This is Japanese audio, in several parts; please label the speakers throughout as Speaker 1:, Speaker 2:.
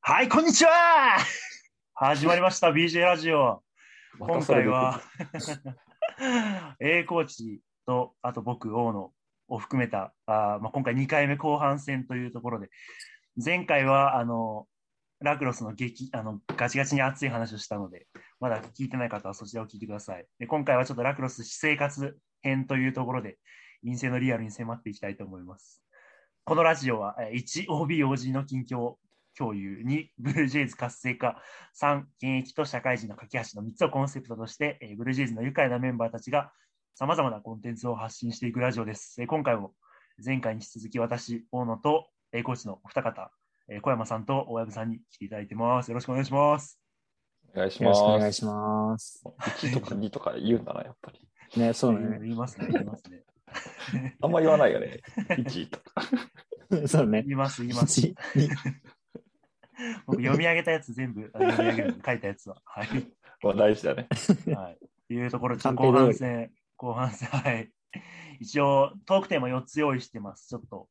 Speaker 1: はい、こんにちは 始まりました、BJ ラジオ。今回 は A コーチと、あと僕、大野を含めた、あまあ、今回2回目後半戦というところで、前回は、あの、ラクロスの激あのガチガチに熱い話をしたので、まだ聞いてない方はそちらを聞いてください。で今回はちょっとラクロス私生活編というところで、陰性のリアルに迫っていきたいと思います。このラジオは 1OBOG の近況共有2ブルージェイズ活性化3現役と社会人の架け橋の3つをコンセプトとしてブルージェイズの愉快なメンバーたちがさまざまなコンテンツを発信していくラジオです今回も前回に引き続き私大野とコーチのお二方小山さんと大藪さんに来ていただいてますよろしくお願いします
Speaker 2: お願いしますお
Speaker 3: 願いします
Speaker 2: 1とか2とか言うんだなやっぱり
Speaker 3: ねそうね
Speaker 1: 言いますね言いますね
Speaker 2: あんま言わないよ ね。1とか。
Speaker 3: そうね。
Speaker 1: 言います、言います。 僕、読み上げたやつ全部、読み上げる書いたやつは。はい。
Speaker 2: まあ、大事だね。
Speaker 1: はい。というところで、後半戦、後半戦、はい。一応、トークテーマ4つ用意してます、ちょっと。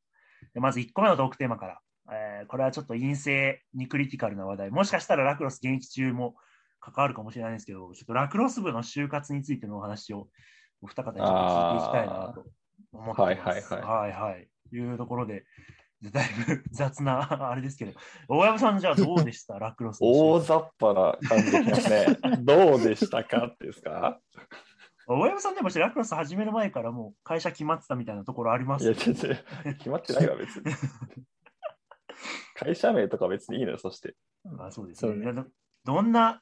Speaker 1: でまず1個目のトークテーマから。えー、これはちょっと陰性にクリティカルな話題。もしかしたらラクロス現役中も関わるかもしれないんですけど、ちょっとラクロス部の就活についてのお話をお二方にちょっと聞いていきたいなと思ってます。はいはいはい。はいはい。というところで、だいぶ雑な、あれですけど、大山さん、じゃあどうでした、ラクロス。
Speaker 2: 大雑把な感じです ね。どうでしたかですか
Speaker 1: 大山さんでもラクロス始める前からもう会社決まってたみたいなところあります、
Speaker 2: ね、いや、全然決まってないわ、別に。会社名とか別にいいのよ、そして。
Speaker 1: あそうですね、ね、どんな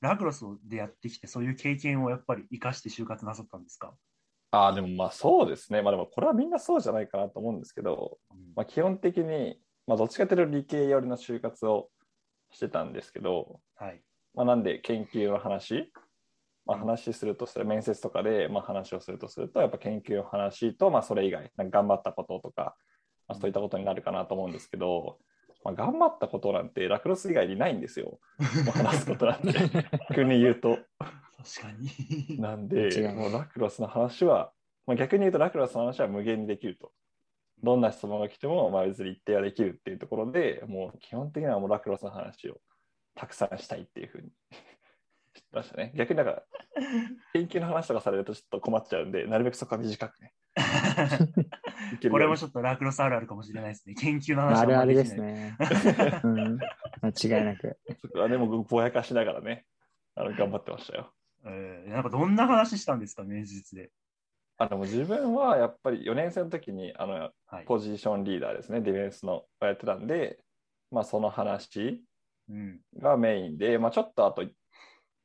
Speaker 1: ラクロスでやってきて、そういう経験をやっぱり生かして就活なさったんですか
Speaker 2: あでもまあそうですね、まあ、でもこれはみんなそうじゃないかなと思うんですけど、うん、まあ、基本的に、まあ、どっちかというと理系寄りの就活をしてたんですけど、
Speaker 1: はい
Speaker 2: まあ、なんで研究の話、まあ、話するとする、うん、面接とかでま話をするとするとやっぱ研究の話と、まそれ以外なんか頑張ったこととか、まそういったことになるかなと思うんですけど、まあ、頑張ったことなんてラクロス以外にないんですよ。まあ、話すことなんて 逆に言うと。
Speaker 1: 確か に。
Speaker 2: なんで、もうラクロスの話は、まあ、逆に言うとラクロスの話は無限にできると。どんな質問が来ても、まあ、別に一定はできるっていうところで、もう基本的にはもうラクロスの話をたくさんしたいっていうふうに 知ってましたね。逆になんか、研究の話とかされるとちょっと困っちゃうんで、なるべくそこは短くね。
Speaker 1: これもちょっとラクロスあるあるかもしれないですね。研究の話
Speaker 3: あるあるですね。うん、間違いなく。
Speaker 2: そこはでもぼやかしながらね、あの頑張ってましたよ。
Speaker 1: えー、なんかどんな話したんですか、面接で。
Speaker 2: あの自分はやっぱり4年生の時にあの、はい、ポジションリーダーですね、ディフェンスのをやってたんで、まあ、その話がメインで、うん、まあ、ちょっとあと、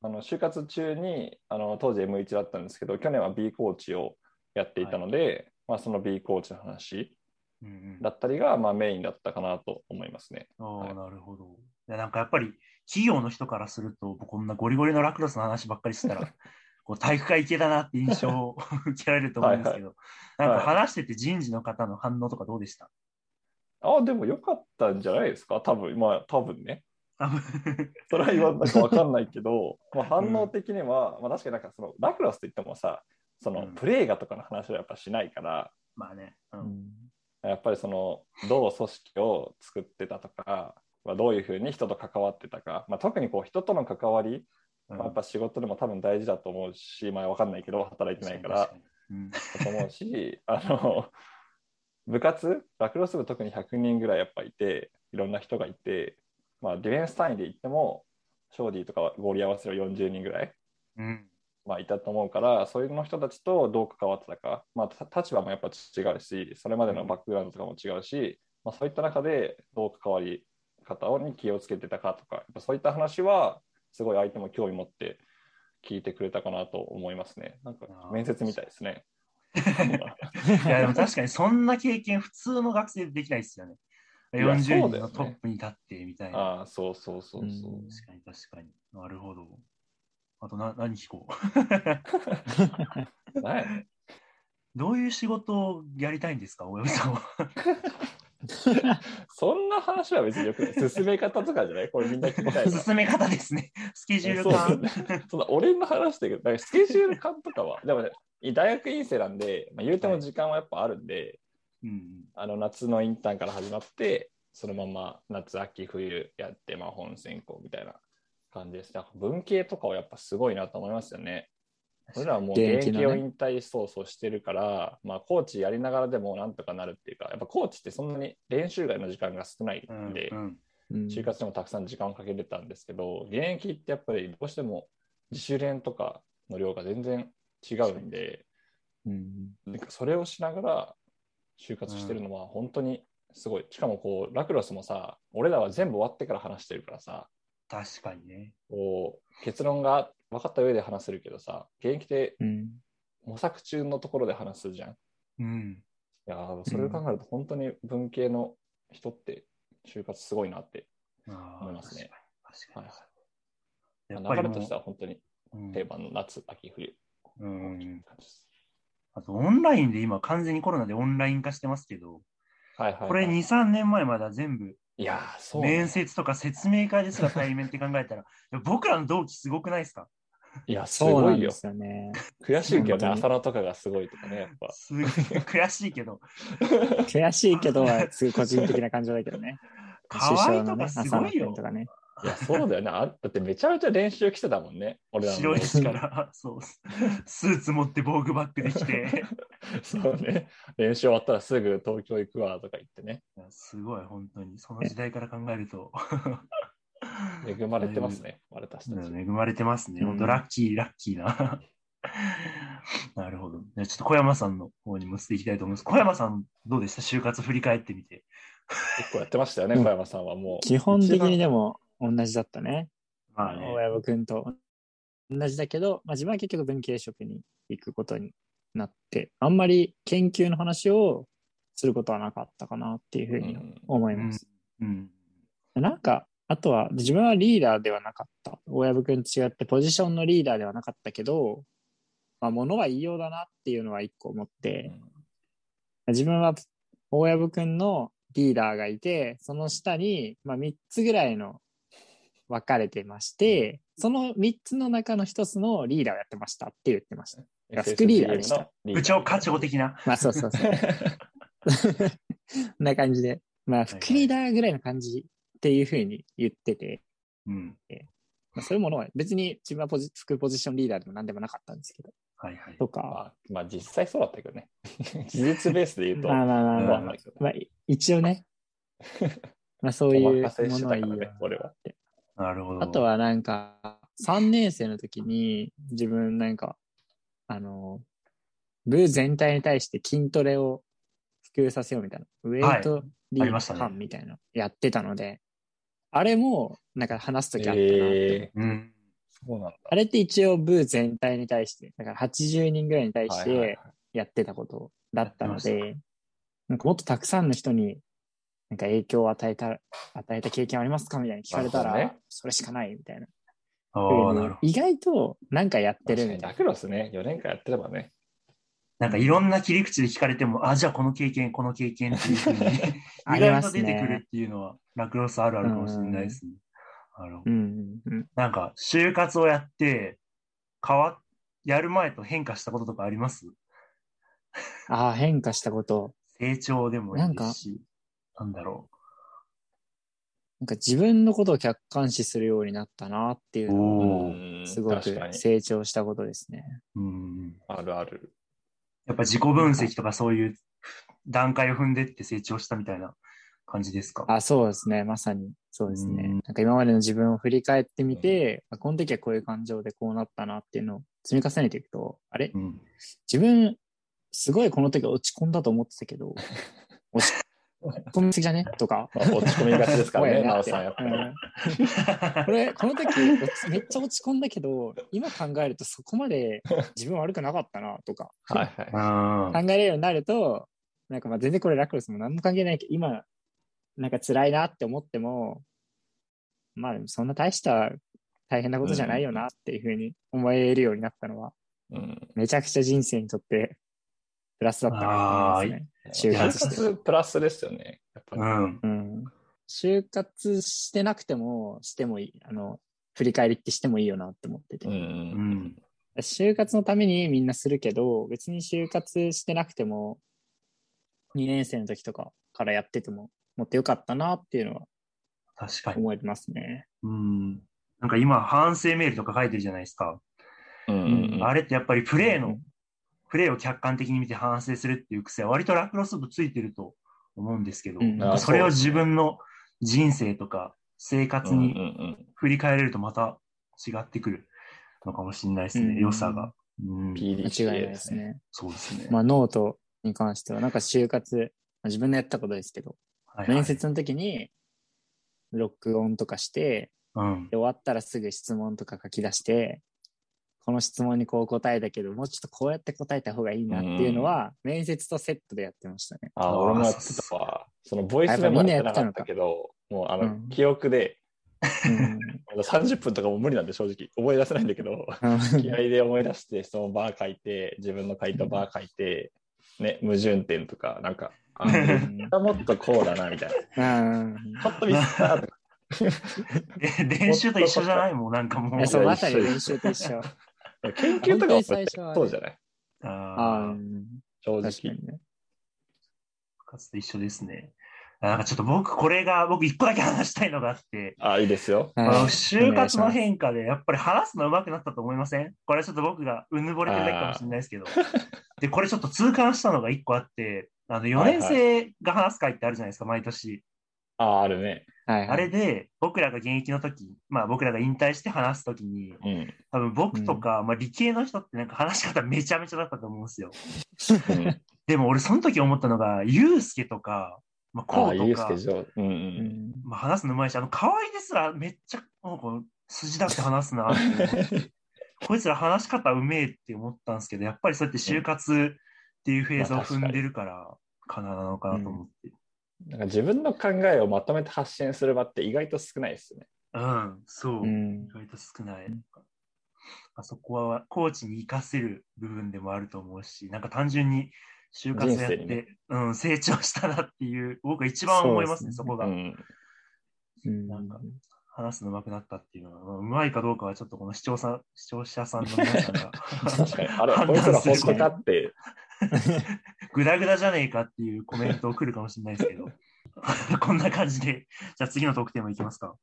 Speaker 2: あの就活中にあの当時 M1 だったんですけど、去年は B コーチをやっていたので、はい、まあ、その B コーチの話だったりが、まあ、メインだったかなと思いますね。
Speaker 1: うん、はい、なるほどなんかやっぱり企業の人からすると、こんなゴリゴリのラクロスの話ばっかりした ら、こう体育会系だなって印象を 受けられると思うんですけど、はいはい、なんか話してて人事の方の反応とかどうでした、
Speaker 2: はい、あでもよかったんじゃないですか、多分まあ多分ね。それは言わないか分かんないけ ど、まあ反応的には、うん、まあ、確かになんかそのラクロスといってもさ、そのプレーがとかの話はやっぱしないから、
Speaker 1: うん、まあね、うん、
Speaker 2: やっぱりそのどう組織を作ってたとか、まあ、どういうふうに人と関わってたか、まあ、特にこう人との関わり、うん、まあ、やっぱ仕事でも多分大事だと思うし、まあ、分かんないけど働いてないからだと思うし、 うん、あの部活ラクロス部特に100人ぐらいやっぱいていろんな人がいて、まあ、ディフェンス単位で言ってもショーディーとか合理合わせる40人ぐらい、
Speaker 1: うん、
Speaker 2: まあ、いたと思うからそういうの人たちとどう関わってたか、まあ、立場もやっぱ違うしそれまでのバックグラウンドとかも違うし、まあ、そういった中でどう関わり方に気をつけてたかとかやっぱそういった話はすごい相手も興味持って聞いてくれたかなと思いますね。なんか面接みたいですね。
Speaker 1: いやでも確かにそんな経験普通の学生でできないですよね。40人のトップに立ってみたいな。い
Speaker 2: ね、ああ、そうそうそうそう。
Speaker 1: うん、確かに確かに。なるほど。あとな何聞こうどういう仕事をやりたいんですか、大山さんは。
Speaker 2: そんな話は別によくない。進め方とかじゃないこれ みんな聞きたい。
Speaker 1: 進め方です ね。スケジュール感。
Speaker 2: その、ね、俺の話だけど、スケジュール感とかは、でもね、大学院生なんで、まあ、言うても時間はやっぱあるんで、
Speaker 1: はい、
Speaker 2: あの夏のインターンから始まって、そのまま夏、秋、冬やって、まあ、本選考みたいな感じです。だから文系とかはやっぱすごいなと思いますよね。俺らはもう
Speaker 3: 現
Speaker 2: 現
Speaker 3: 役のね
Speaker 2: 役を引退そうそうしてるから、まあ、コーチやりながらでもなんとかなるっていうか、やっぱコーチってそんなに練習外の時間が少ない
Speaker 1: うん
Speaker 2: んで、
Speaker 1: うん
Speaker 3: うん
Speaker 2: 就活でもたくさん時間をかけてたんですけど、現役ってやっぱりどうしても自主練とかの量が全然違うんで、
Speaker 3: うん
Speaker 2: なんかそれをしながら就活してるのは本当にすごい。しかもこう、ラクロスもさ、俺らは全部終わってから話してるからさ、
Speaker 1: 確かにね。
Speaker 2: こう結論が分かった上で話せるけどさ、現役で
Speaker 3: うん
Speaker 2: 模索中のところで話すじゃん。い
Speaker 1: うん。
Speaker 2: やーそれを考えると本当に文系の人って就活すごいなって、
Speaker 1: あー
Speaker 2: 思いますね。
Speaker 1: 確かに。確かに
Speaker 2: ま
Speaker 1: やっ
Speaker 2: あ
Speaker 1: ぱ
Speaker 2: 流
Speaker 1: り
Speaker 2: れ
Speaker 1: も
Speaker 2: として
Speaker 1: う、
Speaker 2: は本当に
Speaker 1: うん
Speaker 2: 定番の夏、秋、冬。
Speaker 1: うん。
Speaker 2: 感じです
Speaker 1: あと、オンラインで今、完全にコロナでオンライン化してますけど、
Speaker 2: はいはいはい、
Speaker 1: これ2、3年前まだ全部、
Speaker 2: いやー、そうね、
Speaker 1: 面接とか説明会ですら対面って考えたら、い や僕らの同期すごくない ですか
Speaker 2: いや、す
Speaker 3: そう
Speaker 2: ご
Speaker 3: なん
Speaker 2: い
Speaker 3: で
Speaker 2: よ。
Speaker 3: すよね。
Speaker 2: 悔しいけどね、
Speaker 3: 本当に
Speaker 2: 浅野とかがすごいとかね、やっぱ。
Speaker 1: すごい悔しいけ ど、
Speaker 3: 悔しいけど、すごい個人的な感情だけ どね。
Speaker 1: 河合と
Speaker 3: ね、
Speaker 1: かすごいよ
Speaker 3: と。かね。
Speaker 2: いや、そうだよね。あだってめちゃめちゃ練習来てたもんね、俺らの。
Speaker 1: 白いしから、そう、スーツ持って防具バッグできて、
Speaker 2: そうね。練習終わったらすぐ東京行くわとか言ってね。
Speaker 1: いやすごい、本当に、その時代から考えると。
Speaker 2: 恵まれてますね、俺たち
Speaker 1: だ
Speaker 2: た
Speaker 1: よ
Speaker 2: ち。
Speaker 1: ね。恵まれてますね。
Speaker 3: うん
Speaker 1: 本当ラッキー、ラッキーな。 なるほど。じゃあちょっと小山さんの方にも移っていきたいと思います。小山さん、どうでした就活振り返ってみて。
Speaker 2: 結構やってましたよね、
Speaker 3: うん
Speaker 2: 小山さんはもう。
Speaker 3: 基本的にでも同じだったね。
Speaker 1: まあね。
Speaker 3: 大山君と同じだけど、まあ、自分は結局文系職に行くことになって、あんまり研究の話をすることはなかったかなっていうふう
Speaker 2: う
Speaker 3: に
Speaker 2: ん
Speaker 3: 思い
Speaker 1: うん
Speaker 3: ます。。
Speaker 1: うん。
Speaker 3: なんか、あとは自分はリーダーではなかった。大藪君と違ってポジションのリーダーではなかったけど、まあ、ものは言いようだなっていうのは一個思って、自分は大藪くんのリーダーがいて、その下に、まあ、3つぐらいの分かれてまして、その3つの中の1つのリーダーをやってましたって言ってました。
Speaker 2: うん
Speaker 3: 副リーダーでした
Speaker 2: SSDM のリーダー
Speaker 1: 部長、課長的な。
Speaker 3: まあそうそうそう。こんな感じで。まあ、副リーダーぐらいの感じっていうふうに言ってて、
Speaker 1: うん。
Speaker 3: まあ、そういうものは別に自分はポジ副ポジションリーダーでも何でもなかったんですけど、
Speaker 1: はいはい。
Speaker 3: とか、
Speaker 2: まあ、まあ実際そうだったけどね。 事実ベースで言うと、
Speaker 3: まあまあまあ
Speaker 2: そう
Speaker 3: ま
Speaker 2: だ
Speaker 3: あ
Speaker 2: ったけどね
Speaker 3: まあ、一応ね、まあそういう
Speaker 2: お
Speaker 3: もの
Speaker 2: 任せしてたか
Speaker 3: は
Speaker 2: ら
Speaker 3: いいよ
Speaker 2: ね、俺は。
Speaker 1: なるほど。
Speaker 3: あとはなんか、3年生の時に自分なんか、あの、部全体に対して筋トレを普及させようみたいな、ウェイトリ
Speaker 1: ありま
Speaker 3: ー
Speaker 1: し
Speaker 3: フ
Speaker 1: たね
Speaker 3: ァンみたいなのやってたので、あれもなんか話す時あったなって、
Speaker 2: えー
Speaker 1: うん。
Speaker 2: そうなんだ。
Speaker 3: あれって一応部全体に対して、だから80人ぐらいに対し
Speaker 2: はいはい
Speaker 3: て
Speaker 2: はい
Speaker 3: やってたことだったの
Speaker 1: やっ
Speaker 3: で、なんかもっとたくさんの人になんか影響を与えた、与えた経験ありますかみたいに聞かれた
Speaker 2: なるほど
Speaker 3: ら
Speaker 2: ね、
Speaker 3: それしかないみたいな。
Speaker 1: あ
Speaker 3: っていう
Speaker 1: あ、
Speaker 3: の
Speaker 1: なるほど。
Speaker 3: 意外となんかやってる
Speaker 2: 確か
Speaker 3: み
Speaker 2: に
Speaker 3: た
Speaker 2: ラ
Speaker 3: いな。
Speaker 2: クロスね、4年間やってればね。
Speaker 1: なんかいろんな切り口で聞かれても、あ、じゃあこの経験、この経験っていうふうに、
Speaker 3: あ
Speaker 1: 意
Speaker 3: り
Speaker 1: 外
Speaker 3: ま
Speaker 1: と
Speaker 3: す
Speaker 1: 出
Speaker 3: ね
Speaker 1: てくるっていうのは、ラクロスあるあるかもしれないですね。なるほど
Speaker 3: うんうんうん。
Speaker 1: なんか、就活をやって、変わっ、やる前と変化したこととかあります
Speaker 3: ああ、変化したこと。
Speaker 1: 成長でもいいですし、なんだろ。
Speaker 3: なんか自分のことを客観視するようになったなっていうう
Speaker 1: お
Speaker 3: の
Speaker 1: お、
Speaker 2: うん
Speaker 3: は、すご
Speaker 2: 確か
Speaker 3: く
Speaker 2: に
Speaker 3: 成長したことですね。
Speaker 1: うん。
Speaker 2: あるある。
Speaker 1: やっぱ自己分析とかそういう段階を踏んでって成長したみたいな感じですか
Speaker 3: あそうですね。まさに。そうですね。
Speaker 1: うん
Speaker 3: なんか今までの自分を振り返ってみて、あこの時はこういう感情でこうなったなっていうのを積み重ねていくと、あれ
Speaker 1: うん。
Speaker 3: 自分、すごいこの時落ち込んだと思ってた けど、落ち込みすぎじゃねとか。
Speaker 2: まあ、落ち込みがちですか
Speaker 3: お
Speaker 2: ら
Speaker 3: や
Speaker 2: ね、
Speaker 3: おや
Speaker 2: なお
Speaker 3: って
Speaker 2: さん、やっぱり。
Speaker 3: うんこれ、この時、めっちゃ落ち込んだけど、今考えるとそこまで自分悪くなかったなとか、
Speaker 2: はい
Speaker 1: うん。
Speaker 2: は
Speaker 1: あ
Speaker 3: 考えれるようになると、なんかまあ全然これラクロスも何も関係ないけど、今、なんか辛いなって思っても、まあそんな大した大変なことじゃないよなっていうふうに思えるようになったのは、
Speaker 2: い。うん
Speaker 3: めちゃくちゃ人生にとってプラスだったなと思いますね。就活して
Speaker 2: 就活プラスですよね。やっぱり。
Speaker 1: うん。
Speaker 3: うん。就活してなくても、してもいい。あの、振り返りってしてもいいよなって思ってて。
Speaker 1: うん。
Speaker 3: 就活のためにみんなするけど、別に就活してなくても、2年生の時とかからやってても、持ってよかったなっていうのは
Speaker 1: 確かに。
Speaker 3: 思いますね。
Speaker 1: うん。なんか今、反省メールとか書いてるじゃないですか。
Speaker 2: うんうんうん
Speaker 1: あれってやっぱりプレーの、
Speaker 3: うん
Speaker 1: プレーを客観的に見て反省するっていう癖は割とラクロス部ついてると思うんですけど、
Speaker 3: うん
Speaker 1: なんかそれを自分の人生とか生活
Speaker 2: うんうん
Speaker 1: に振り返れるとまた違ってくるのかもしれないですね、
Speaker 3: うん
Speaker 1: 良さが。うん
Speaker 2: うん、PDCA
Speaker 3: 間違いないです。ね。
Speaker 1: そうですね。
Speaker 3: まあ、ノートに関しては、なんか就活、まあ自分のやったことですけど、
Speaker 1: はいはい
Speaker 3: 面接の時に、ロックオンとかして、
Speaker 1: うん
Speaker 3: で、終わったらすぐ質問とか書き出して、この質問にこう答えたけど、もうちょっとこうやって答えた方がいいなっていうのは、面接とセットでやってました ね。
Speaker 2: あ、俺もやってたわ。そのボイスメモはやってなかったけど、もうあの、
Speaker 3: うん
Speaker 2: 記憶で、
Speaker 3: うん
Speaker 2: あの30分とかもう無理なんで正直、思い出せないんだけど、気合で思い出して、質問バー書いて、自分の回答バー書いて、ね、矛盾点とか、なんか、 あもっとこうだな、みたい
Speaker 3: うん
Speaker 2: な。ちょっとミスったとか。
Speaker 1: え練習と一緒じゃないもん、なんかも
Speaker 3: いうや。そう、
Speaker 2: いや
Speaker 3: まさに
Speaker 2: 一緒
Speaker 3: 練習と一緒。
Speaker 2: 研究とかも
Speaker 3: 本当に最初はね
Speaker 2: そうじゃない
Speaker 1: あ
Speaker 3: あ
Speaker 1: ー
Speaker 2: 正
Speaker 3: あ、確か
Speaker 2: 直
Speaker 3: に。ね。
Speaker 1: かつて一緒ですね。あなんかちょっと僕、これが、僕一個だけ話したいのがあって、
Speaker 2: あ、いいですよ。
Speaker 1: あの
Speaker 3: はい
Speaker 1: 就活の変化でやっぱり話すの上手くなったと思いませんこれはちょっと僕がうぬぼれてるだけかもしれないですけど。で、これちょっと痛感したのが1個あって、あの4
Speaker 2: はいはい
Speaker 1: 年生が話す会ってあるじゃないですか、毎年。
Speaker 2: あ、あるね。
Speaker 3: はいはい
Speaker 1: あれで、僕らが現役の時、まあ僕らが引退して話す時に、
Speaker 2: うん。
Speaker 1: 多分僕とか、まあ理系の人ってなんか話し方めちゃめちゃだったと思うんですよ。
Speaker 2: うん
Speaker 1: でも俺その時思ったのが、ゆうすけとか、まあこ
Speaker 2: あ、
Speaker 1: うと
Speaker 2: ゆうす
Speaker 1: か
Speaker 2: け、上手。うん
Speaker 3: う
Speaker 2: うん。
Speaker 3: ん
Speaker 1: まあ話すの上手いし、あの河合ですらめっちゃ、なんか筋だって話すなって思って。こいつら話し方うめえって思ったんですけど、やっぱりそうやって就活っていうフェーズを踏んでるから、かななのかなと思って。
Speaker 2: なんか自分の考えをまとめて発信する場って意外と少ないですね。
Speaker 1: うん、そう。
Speaker 3: う
Speaker 1: 意
Speaker 3: ん
Speaker 1: 外と少ない。
Speaker 3: うん
Speaker 1: あそこはコーチに活かせる部分でもあると思うし、なんか単純に就活やっ
Speaker 2: 人生に
Speaker 1: て、
Speaker 2: ね
Speaker 1: うん、成長したなっていう、僕は一番思いますね、そ
Speaker 3: そうですね
Speaker 1: こが。
Speaker 2: うん。
Speaker 3: うん
Speaker 1: なんか話すの上手くなったっていうのは、うまいかどうかはちょっとこの視聴者視聴者さんの皆さんが
Speaker 2: 確かに。あ れ、
Speaker 1: 判
Speaker 2: こいつら
Speaker 1: 断す
Speaker 2: 本
Speaker 1: る
Speaker 2: 当かって。
Speaker 1: グダグダじゃねえかっていうコメントを来るかもしれないですけど、 こんな感じで、じゃあ次のトークテーマいきますか。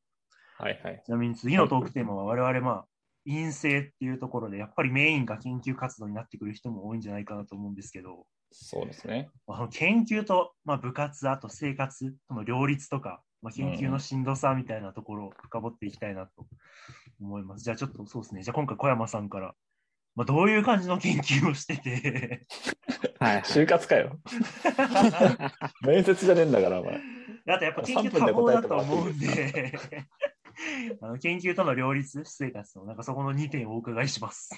Speaker 2: はいはい。
Speaker 1: ちなみに次のトークテーマは我々、まあ、陰性っていうところで、やっぱりメインが研究活動になってくる人も多いんじゃないかなと思うんですけど、
Speaker 2: そうですね。
Speaker 1: まあ、その研究と、まあ、部活、あと生活との両立とか、まあ、研究のしんどさみたいなところを深掘っていきたいなと思います。じゃあちょっとそうですね、じゃあ今回小山さんから、まあ、どういう感じの研究をしてて、
Speaker 3: はい
Speaker 2: 就活 かよ。面接じゃねえんだから、お前。
Speaker 1: あとやっぱ研究多忙だと思うんで、 あの研究との両立、私生活の、なんかそこの2点をお伺いします。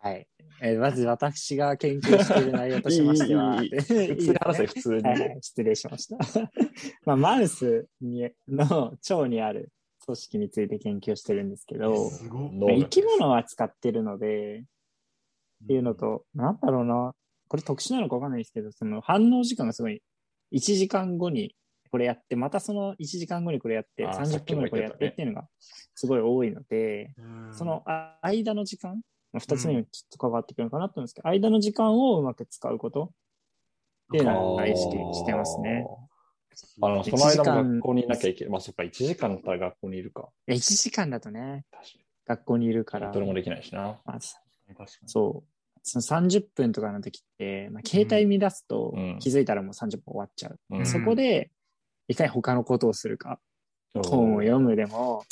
Speaker 3: はい。えーまず私が研究している内容としましては、
Speaker 2: いいいい
Speaker 3: い
Speaker 2: 普
Speaker 3: い
Speaker 2: 通
Speaker 3: です
Speaker 2: に
Speaker 3: ね
Speaker 2: 話せ、普通に。
Speaker 3: はいはい、失礼しました。 まあ、マウスにの腸にある組織について研究してるんですけど、
Speaker 1: すごい。
Speaker 2: 脳
Speaker 3: まあ
Speaker 2: が
Speaker 3: 生き物は使ってるので、っていうのと、なんだろうな、これ特殊なのかわかんないですけど、その反応時間がすごい、1時間後にこれやって、またその1時間後にこれやって、
Speaker 2: あー
Speaker 3: 30分後にこれやってっていうのがすごい多いので、
Speaker 1: うん、
Speaker 3: そのあ間の時間、まあ、2つ目にもきっと関わってくるのかなと思うんですけど、間の時間をうまく使うことっていうのを意識してますね。
Speaker 2: あの、そ
Speaker 3: 一
Speaker 2: の間
Speaker 3: 時間
Speaker 2: も学校にいなきゃいけない。まあ、そっか、1時間だったら学校にいるか。
Speaker 3: 1時間だとね、
Speaker 2: 確かに
Speaker 3: 学校にいるから、
Speaker 2: どれもできないしな。
Speaker 3: まあ
Speaker 1: 確かに。
Speaker 3: そう、その30分とかの時って、まあ、携帯乱すと
Speaker 2: うん
Speaker 3: 気づいたらもう30分終わっちゃう。
Speaker 2: うん
Speaker 3: そこで、いかに他のことをするか、本を読むでも、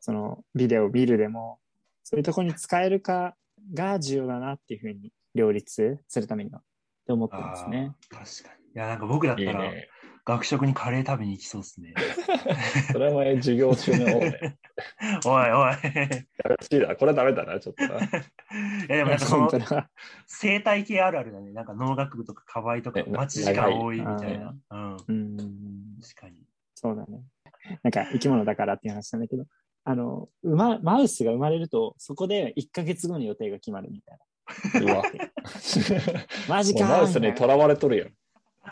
Speaker 3: そのビデオを見るでも、そういうとこに使えるかが重要だなっていうふうに両立するためにはって思ってますね。
Speaker 1: あー確かに。いや、なんか僕だっ
Speaker 2: いい
Speaker 1: たら
Speaker 2: ね。
Speaker 1: 学食にカレー食べに行きそうです ね。
Speaker 2: それはお前授業中の王 ね。
Speaker 1: おいおい。
Speaker 2: やらしいな。これはダメだな、ちょっとな。
Speaker 1: いや、でもなんかそ
Speaker 3: 本
Speaker 1: の
Speaker 3: 当だ
Speaker 1: 生態系あるあるだね。なんか農学部とか河合とか
Speaker 2: ね
Speaker 1: 待ち時間多いみたいな。うん。
Speaker 3: うん、
Speaker 1: 確かに。
Speaker 3: そうだね。なんか生き物だからっていう話なんだけど、あの、馬マウスが生まれると、そこで1ヶ月後に予定が決まるみたいう
Speaker 2: わ。
Speaker 3: な。マジ
Speaker 2: もう
Speaker 3: か
Speaker 2: マウス
Speaker 3: みたい
Speaker 2: に
Speaker 3: な
Speaker 2: とらわれとるやん。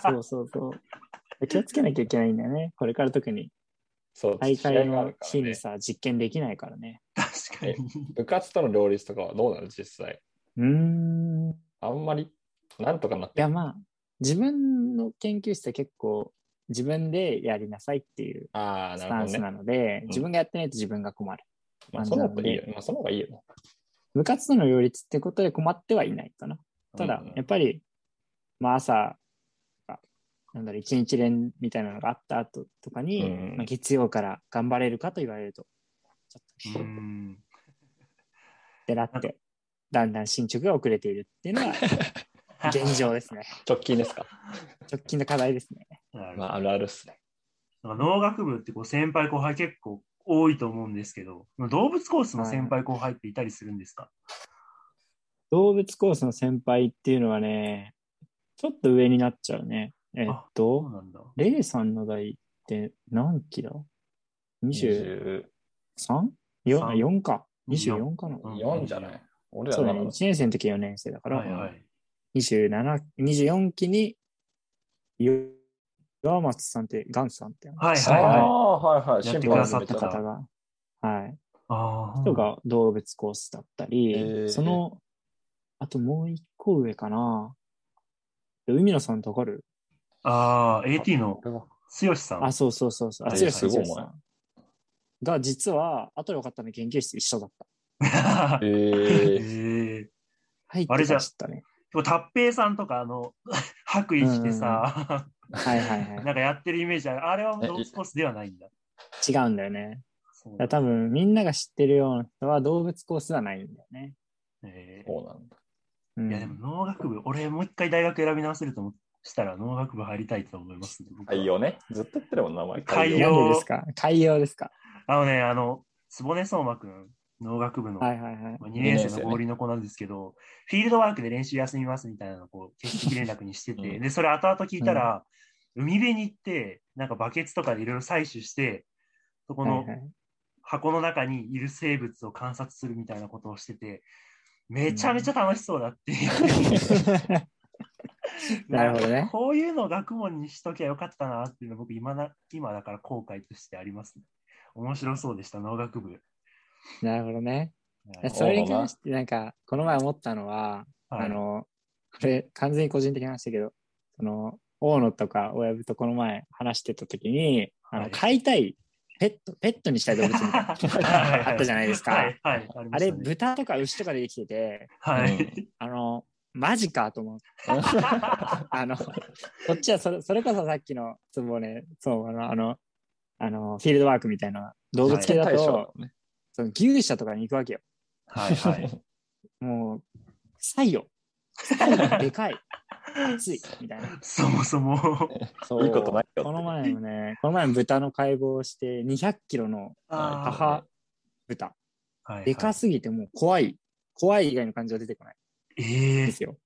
Speaker 3: そうそうそう。気をつけなきゃいけないんだよね。これから特に
Speaker 2: そう、
Speaker 3: 大
Speaker 2: 試
Speaker 3: 会
Speaker 2: 合がある
Speaker 3: の
Speaker 2: から
Speaker 3: 日
Speaker 2: ね
Speaker 3: にさ、実験できないからね。
Speaker 1: 確かに。
Speaker 2: 部活との両立とかはどうなの実際。
Speaker 3: うーん。
Speaker 2: あんまり、なんとかなっ
Speaker 3: い
Speaker 2: て
Speaker 3: やまあ、自分の研究室は結構、自分でやりなさいっていう
Speaker 2: ああ、
Speaker 3: ス
Speaker 2: な
Speaker 3: タ
Speaker 2: る
Speaker 3: ン
Speaker 2: ほ
Speaker 3: ス
Speaker 2: ど
Speaker 3: な
Speaker 2: ね。
Speaker 3: ので、
Speaker 2: ん
Speaker 3: 自分がやってないと自分が困る。
Speaker 2: まあ、その方がいいよね。まあ、その方がいいよね。
Speaker 3: 部活との両立ってことで困ってはいないかな。ただ
Speaker 2: うんうん、
Speaker 3: やっぱり、まあ、朝が、なんだろう、一日連みたいなのがあった後とかに、
Speaker 2: うんうん
Speaker 3: まあ、月曜から頑張れるかと言われると、ちょっと、
Speaker 1: うん
Speaker 3: でらって、だんだん進捗が遅れているっていうの は、現状ですね。
Speaker 2: 直近ですか。
Speaker 3: 直近の課題ですね。
Speaker 1: なる
Speaker 2: まあ、あるあるっすね。
Speaker 1: なんか農学部ってこう先輩後輩結構多いと思うんですけど、動物コースの先輩後輩っていたりするんですか、
Speaker 3: 動物コースの先輩っていうのはね、ちょっと上になっちゃうね。えっ
Speaker 1: そ
Speaker 3: と
Speaker 1: う、なんだ。
Speaker 3: レイさんの代って何期だ ?23?4
Speaker 2: 24
Speaker 1: 三
Speaker 3: か。24かな。
Speaker 1: うん
Speaker 2: じゃない。俺ら
Speaker 3: そう
Speaker 2: ま
Speaker 3: だ
Speaker 2: だ
Speaker 3: ね。1年生の時は4年生だから、
Speaker 1: はいはい。
Speaker 3: 27 24期に、よ岩松さんって、ガンさんってあの
Speaker 1: はい
Speaker 2: あ
Speaker 1: はい
Speaker 2: あ
Speaker 1: は
Speaker 2: はいはい。
Speaker 1: やって
Speaker 3: くだ
Speaker 1: さっ
Speaker 3: さってた
Speaker 1: た
Speaker 3: 方が、はい。
Speaker 1: い。ああ。
Speaker 3: 人が動物コースだったり、
Speaker 2: へー
Speaker 3: その、あともう一個上かな。海野さんとわかる
Speaker 1: ああ、AT の
Speaker 2: の。
Speaker 1: 剛さん。
Speaker 3: あ、そうそうそうそう。あ、
Speaker 2: え
Speaker 3: 剛
Speaker 2: ー
Speaker 3: さん
Speaker 2: すごい
Speaker 3: 剛さんが、実は、後で分かったの研究室一緒だっ た。
Speaker 1: え
Speaker 2: えー、
Speaker 1: ー、
Speaker 3: 入っ
Speaker 1: あれ
Speaker 3: て
Speaker 1: じゃ
Speaker 3: ましたね。
Speaker 1: 達平さんとか、あの、 白衣着てさ、
Speaker 3: はい はいは
Speaker 1: なんかやってるイメージある。あれはもう動物コースではないんだ。
Speaker 3: い。違うんだよね。
Speaker 1: そう
Speaker 3: だ
Speaker 1: な
Speaker 3: から
Speaker 1: んだ
Speaker 3: 多分、みんなが知ってるような人は動物コースではないんだよね。
Speaker 1: え
Speaker 2: そうなんだ。
Speaker 3: う
Speaker 1: ー
Speaker 3: ん、
Speaker 1: いやでも農学部、俺もう一回大学選び直せると思したら農学部入りたいと思います、ね。僕は
Speaker 2: 海洋ね。ずっと言ってるもん、名前。
Speaker 1: 海洋
Speaker 3: なんでですか海洋ですか
Speaker 1: あのね、あの、坪根相馬くん、農学部の、
Speaker 3: はいはいはい。
Speaker 1: まあ、2年
Speaker 2: 二年
Speaker 1: 生
Speaker 2: 生ね
Speaker 1: の合理の子なんですけど、フィールドワークで練習休みますみたいなのをこう欠席連絡にしてて、
Speaker 2: うん
Speaker 1: で、それ後々聞いたら、海辺に行って、なんかバケツとかでいろいろ採取して、そこ
Speaker 3: はい
Speaker 1: の
Speaker 3: はい、
Speaker 1: 箱の中にいる生物を観察するみたいなことをしてて、めちゃめちゃ楽しそうだっていう。
Speaker 3: なるほどね
Speaker 1: こういうのを学問にしときゃよかったなっていうの僕今な、今だから後悔としてありますね。面白そうでした、農学部。
Speaker 3: なるほどね。
Speaker 1: はい
Speaker 3: いやそれに関して、なんか、この前思ったのは、
Speaker 1: はい
Speaker 3: あの、これ、完全に個人的な話だけど、その、大野とか親父とこの前話してた時に、あ
Speaker 1: は
Speaker 3: の、
Speaker 1: い
Speaker 3: 飼いたい、ペット、ペットにしたい動物み たいなあったじゃないですか
Speaker 1: はいはい、あり
Speaker 3: あ
Speaker 1: まし
Speaker 3: れ、
Speaker 1: たね
Speaker 3: 豚とか牛とかでできてて、
Speaker 1: はい。
Speaker 3: あの、マジかと思って。あの、こ っちはそれ、それこそさっきの、つぼね、そう、あの、あの、あのフィールドワークみたいな動物系だ
Speaker 2: 大将
Speaker 3: と、
Speaker 2: だね
Speaker 3: その牛舎とかに行くわけよ。
Speaker 1: はいはい。
Speaker 3: もう、臭いよ。臭い よでかい。熱い。みたいな。
Speaker 1: そもそも。
Speaker 2: いいことないよって。
Speaker 3: この前もね、この前も豚の解剖をして、200キロの
Speaker 2: あ
Speaker 1: あ
Speaker 3: 母豚。
Speaker 1: ーはい
Speaker 3: でかすぎてもう怖い。怖い以外の感じは出てこない
Speaker 1: ええ
Speaker 3: ですよ。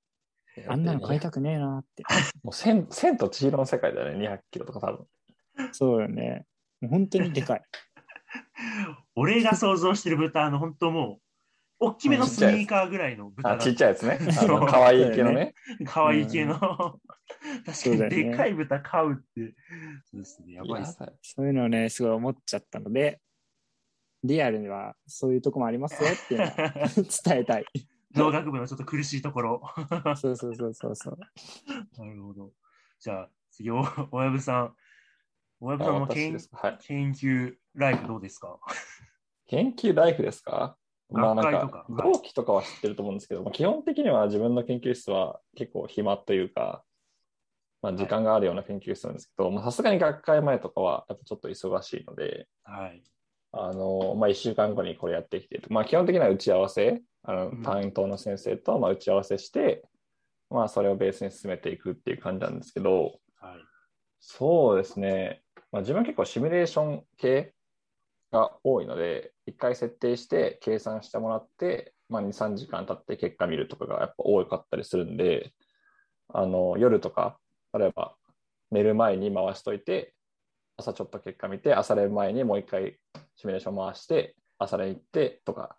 Speaker 3: あんなの買いたくねえなって。
Speaker 2: もう千千と千尋の世界だよね、200キロと か多分。
Speaker 3: そうよね。もう本当にでかい。
Speaker 1: 俺が想像してる豚、あの、本当もう、大きめのスニーカーぐらいの
Speaker 2: あ、
Speaker 1: 豚
Speaker 2: ちっ
Speaker 1: だ。
Speaker 2: ちゃいやつね。あ
Speaker 1: そう
Speaker 2: の、可愛い系のね。
Speaker 1: 可愛い系の。
Speaker 3: う
Speaker 1: 確か
Speaker 3: そうだ
Speaker 1: に、
Speaker 3: よね
Speaker 1: でかい豚飼うって。そうですね、やばいっす。
Speaker 2: やばい
Speaker 3: そういうのをね、すごい思っちゃったので、リアルにはそういうとこもありますよってい うのは伝えたい。
Speaker 1: 農学部のちょっと苦しいところ。
Speaker 3: そうそうそうそうそう。
Speaker 1: なるほど。じゃあ、次、お親分さん。親分
Speaker 2: あ
Speaker 1: さんの
Speaker 2: 私
Speaker 1: 研
Speaker 2: ですかはい。
Speaker 1: 研究ライフどうですか
Speaker 2: 研究ライフですかまあなん
Speaker 1: 学会とか
Speaker 2: か、同期とかは知ってると思うんですけど、まあ基本的には自分の研究室は結構暇というか、まあ時間があるような研究室なんですけど、まあさすがに学会前とかはやっぱちょっと忙しいので、
Speaker 1: はい。
Speaker 2: あの、まあ1週間後にこれやってきてと、まあ基本的には打ち合わせ、あの
Speaker 1: うん
Speaker 2: 担当の先生とまあ打ち合わせして、まあそれをベースに進めていくっていう感じなんですけど、
Speaker 1: はい。
Speaker 2: そうですね。まあ、自分は結構シミュレーション系が多いので、一回設定して計算してもらって、まあ、2、3時間経って結果見るとかがやっぱ多かったりするんで、あの夜とか、例えば寝る前に回しといて、朝ちょっと結果見て、朝練前にもう一回シミュレーション回して、朝練行ってとか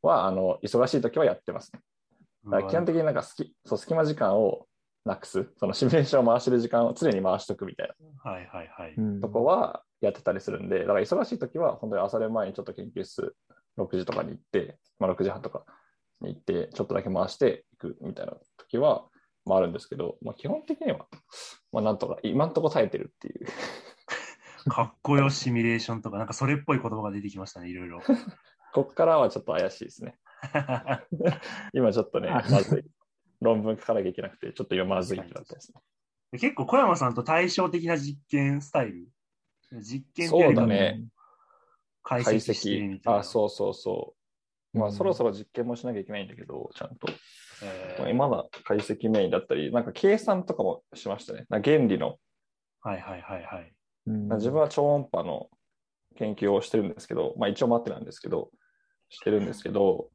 Speaker 2: は、あの忙しい時はやってますね。だから基本的になんか隙そう隙間時間をなくす、そのシミュレーションを回してる時間を常に回しとくみたいな。
Speaker 1: はいはいはい。
Speaker 3: うん
Speaker 2: とこはやってたりするんで、だから忙しい時は本当に朝練前にちょっと研究室6時とかに行って、まあ、6時半とかに行って、ちょっとだけ回していくみたいな時はもあるんですけど、まあ、基本的には、まあ、なんとか今んとこ耐えてるっていう
Speaker 1: かっこよシミュレーションとか、なんかそれっぽい言葉が出てきましたね、いろ いろ。
Speaker 2: ここからはちょっと怪しいですね今ちょっとね
Speaker 3: あ
Speaker 2: まずい論文書かなきゃいけなくてちょっと今まずいってなってますね
Speaker 1: 結構小山さんと対照的な実験スタイル。実験
Speaker 2: そうだ
Speaker 1: よ
Speaker 2: ね
Speaker 1: りも解
Speaker 2: 解
Speaker 1: 析してみ
Speaker 2: 析
Speaker 1: たいな。
Speaker 2: あそうそうそうまあ、
Speaker 3: うん
Speaker 2: そろそろ実験もしなきゃいけないんだけどちゃんと
Speaker 1: えー
Speaker 2: まあまだ解析メインだったりなんか計算とかもしましたねなんか原理の
Speaker 1: はいはいはいはい。
Speaker 3: うん
Speaker 2: まあ自分は超音波の研究をしてるんですけど、まあ、一応待ってなんですけど、してるんですけど、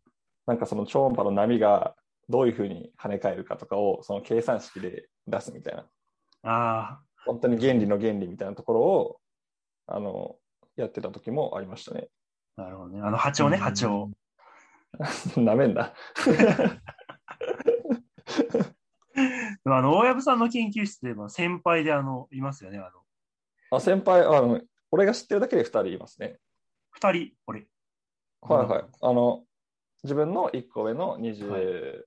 Speaker 2: なんかその超音波の波がどういうふうに跳ね返るかとかをその計算式で出すみたいな、
Speaker 1: あ
Speaker 2: 本当に原理の原理みたいなところをあのやってた時もありましたね。
Speaker 1: あ、なるほどね。あの波長ね、波長。
Speaker 2: なめんな。
Speaker 1: でもあの、大藪さんの研究室で、まあ、先輩であの、いますよね。あの、
Speaker 2: あ先輩あの、俺が知ってるだけで2人いますね。
Speaker 1: 二人、俺。
Speaker 2: はいはい
Speaker 1: うん。
Speaker 2: あの自分の1個上の26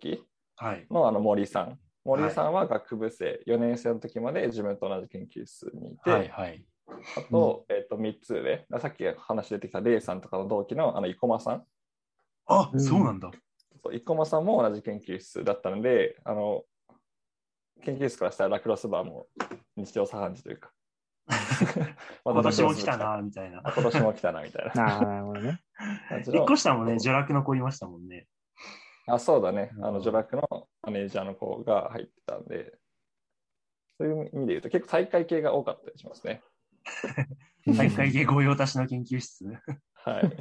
Speaker 2: 期、
Speaker 1: はい。
Speaker 2: のあの森さん。森さんは学部生、4年生の時まで自分と同じ研究室にいて、
Speaker 1: はいはい。
Speaker 2: あと,、えっと3つ上、さっき話出てきたレイさんとかの同期のあの生駒さん。
Speaker 1: あ、
Speaker 3: うん
Speaker 1: そうなんだ。
Speaker 2: そう生駒さんも同じ研究室だったので、あの研究室からしたらラクロスバーも日常茶飯事とい うか。
Speaker 1: 今年も来
Speaker 2: またラクロス部
Speaker 1: た。な、みたいな。
Speaker 2: あ今年も来たなみたいな
Speaker 3: ああ、なるほどね。
Speaker 2: 感じ
Speaker 1: 一
Speaker 2: の
Speaker 1: 個下もね、女楽の子いましたもんね。
Speaker 2: あそうだね、
Speaker 1: うん
Speaker 2: あの女楽のマネージャーの子が入ってたんで、そういう意味で言うと、結構大会系が多かったりしますね。
Speaker 1: 体育会系御用達の研究室。
Speaker 2: はい、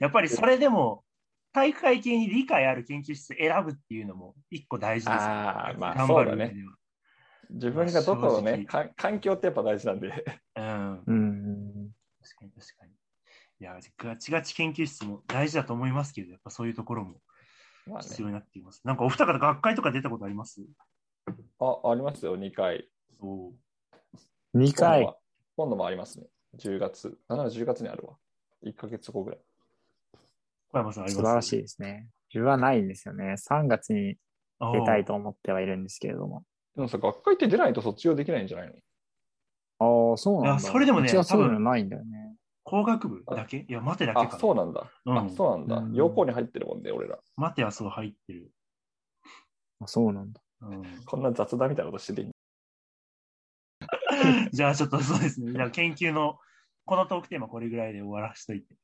Speaker 1: やっぱりそれでも、体育会系に理解ある研究室選ぶっていうのも一個大事ですよね
Speaker 2: あーまあ
Speaker 1: 頑張る
Speaker 2: そうだ
Speaker 1: 上
Speaker 2: ね
Speaker 1: では
Speaker 2: 自分がどこのね、
Speaker 1: ま
Speaker 2: か環境ってやっぱ大事な んで、
Speaker 1: うん。
Speaker 3: うん。
Speaker 1: 確かに確かに。いや、ガチガチ研究室も大事だと思いますけど、やっぱそういうところも
Speaker 2: まあ
Speaker 1: 必
Speaker 2: ね、
Speaker 1: 要になっています。なんかお二方学会とか出たことあります
Speaker 2: あありますよ、2回。
Speaker 1: そう。
Speaker 3: 2
Speaker 2: 今度
Speaker 3: 回。
Speaker 2: は今度もありますね、10月、あなんなら10月にあるわ、1ヶ月後ぐらい。
Speaker 1: 小山さんあり
Speaker 3: 素
Speaker 1: ます
Speaker 3: 晴らしいですね。自分はないんですよね。3月に出たいと思ってはいるんですけれども。
Speaker 2: でもさ、学会って出ないと卒業できないんじゃないの
Speaker 3: ああ、そうなん
Speaker 1: いや
Speaker 3: だ。
Speaker 1: それでもね
Speaker 3: うちはそういうのないんだよね。
Speaker 1: 工学部だけいや、待てだけか
Speaker 2: あ、そう
Speaker 1: な。
Speaker 2: なんだ。
Speaker 1: うん
Speaker 2: あ、そうなんだ。
Speaker 3: うん
Speaker 2: 陽光に入ってるもんね、俺ら。
Speaker 1: 待てはそう入ってる。
Speaker 3: あそうなんだ。
Speaker 1: うん、
Speaker 2: こんな雑談みたいなことしてていい
Speaker 1: じゃあちょっとそうですね。じゃあ研究のこのトークテーマこれぐらいで終わらしといて。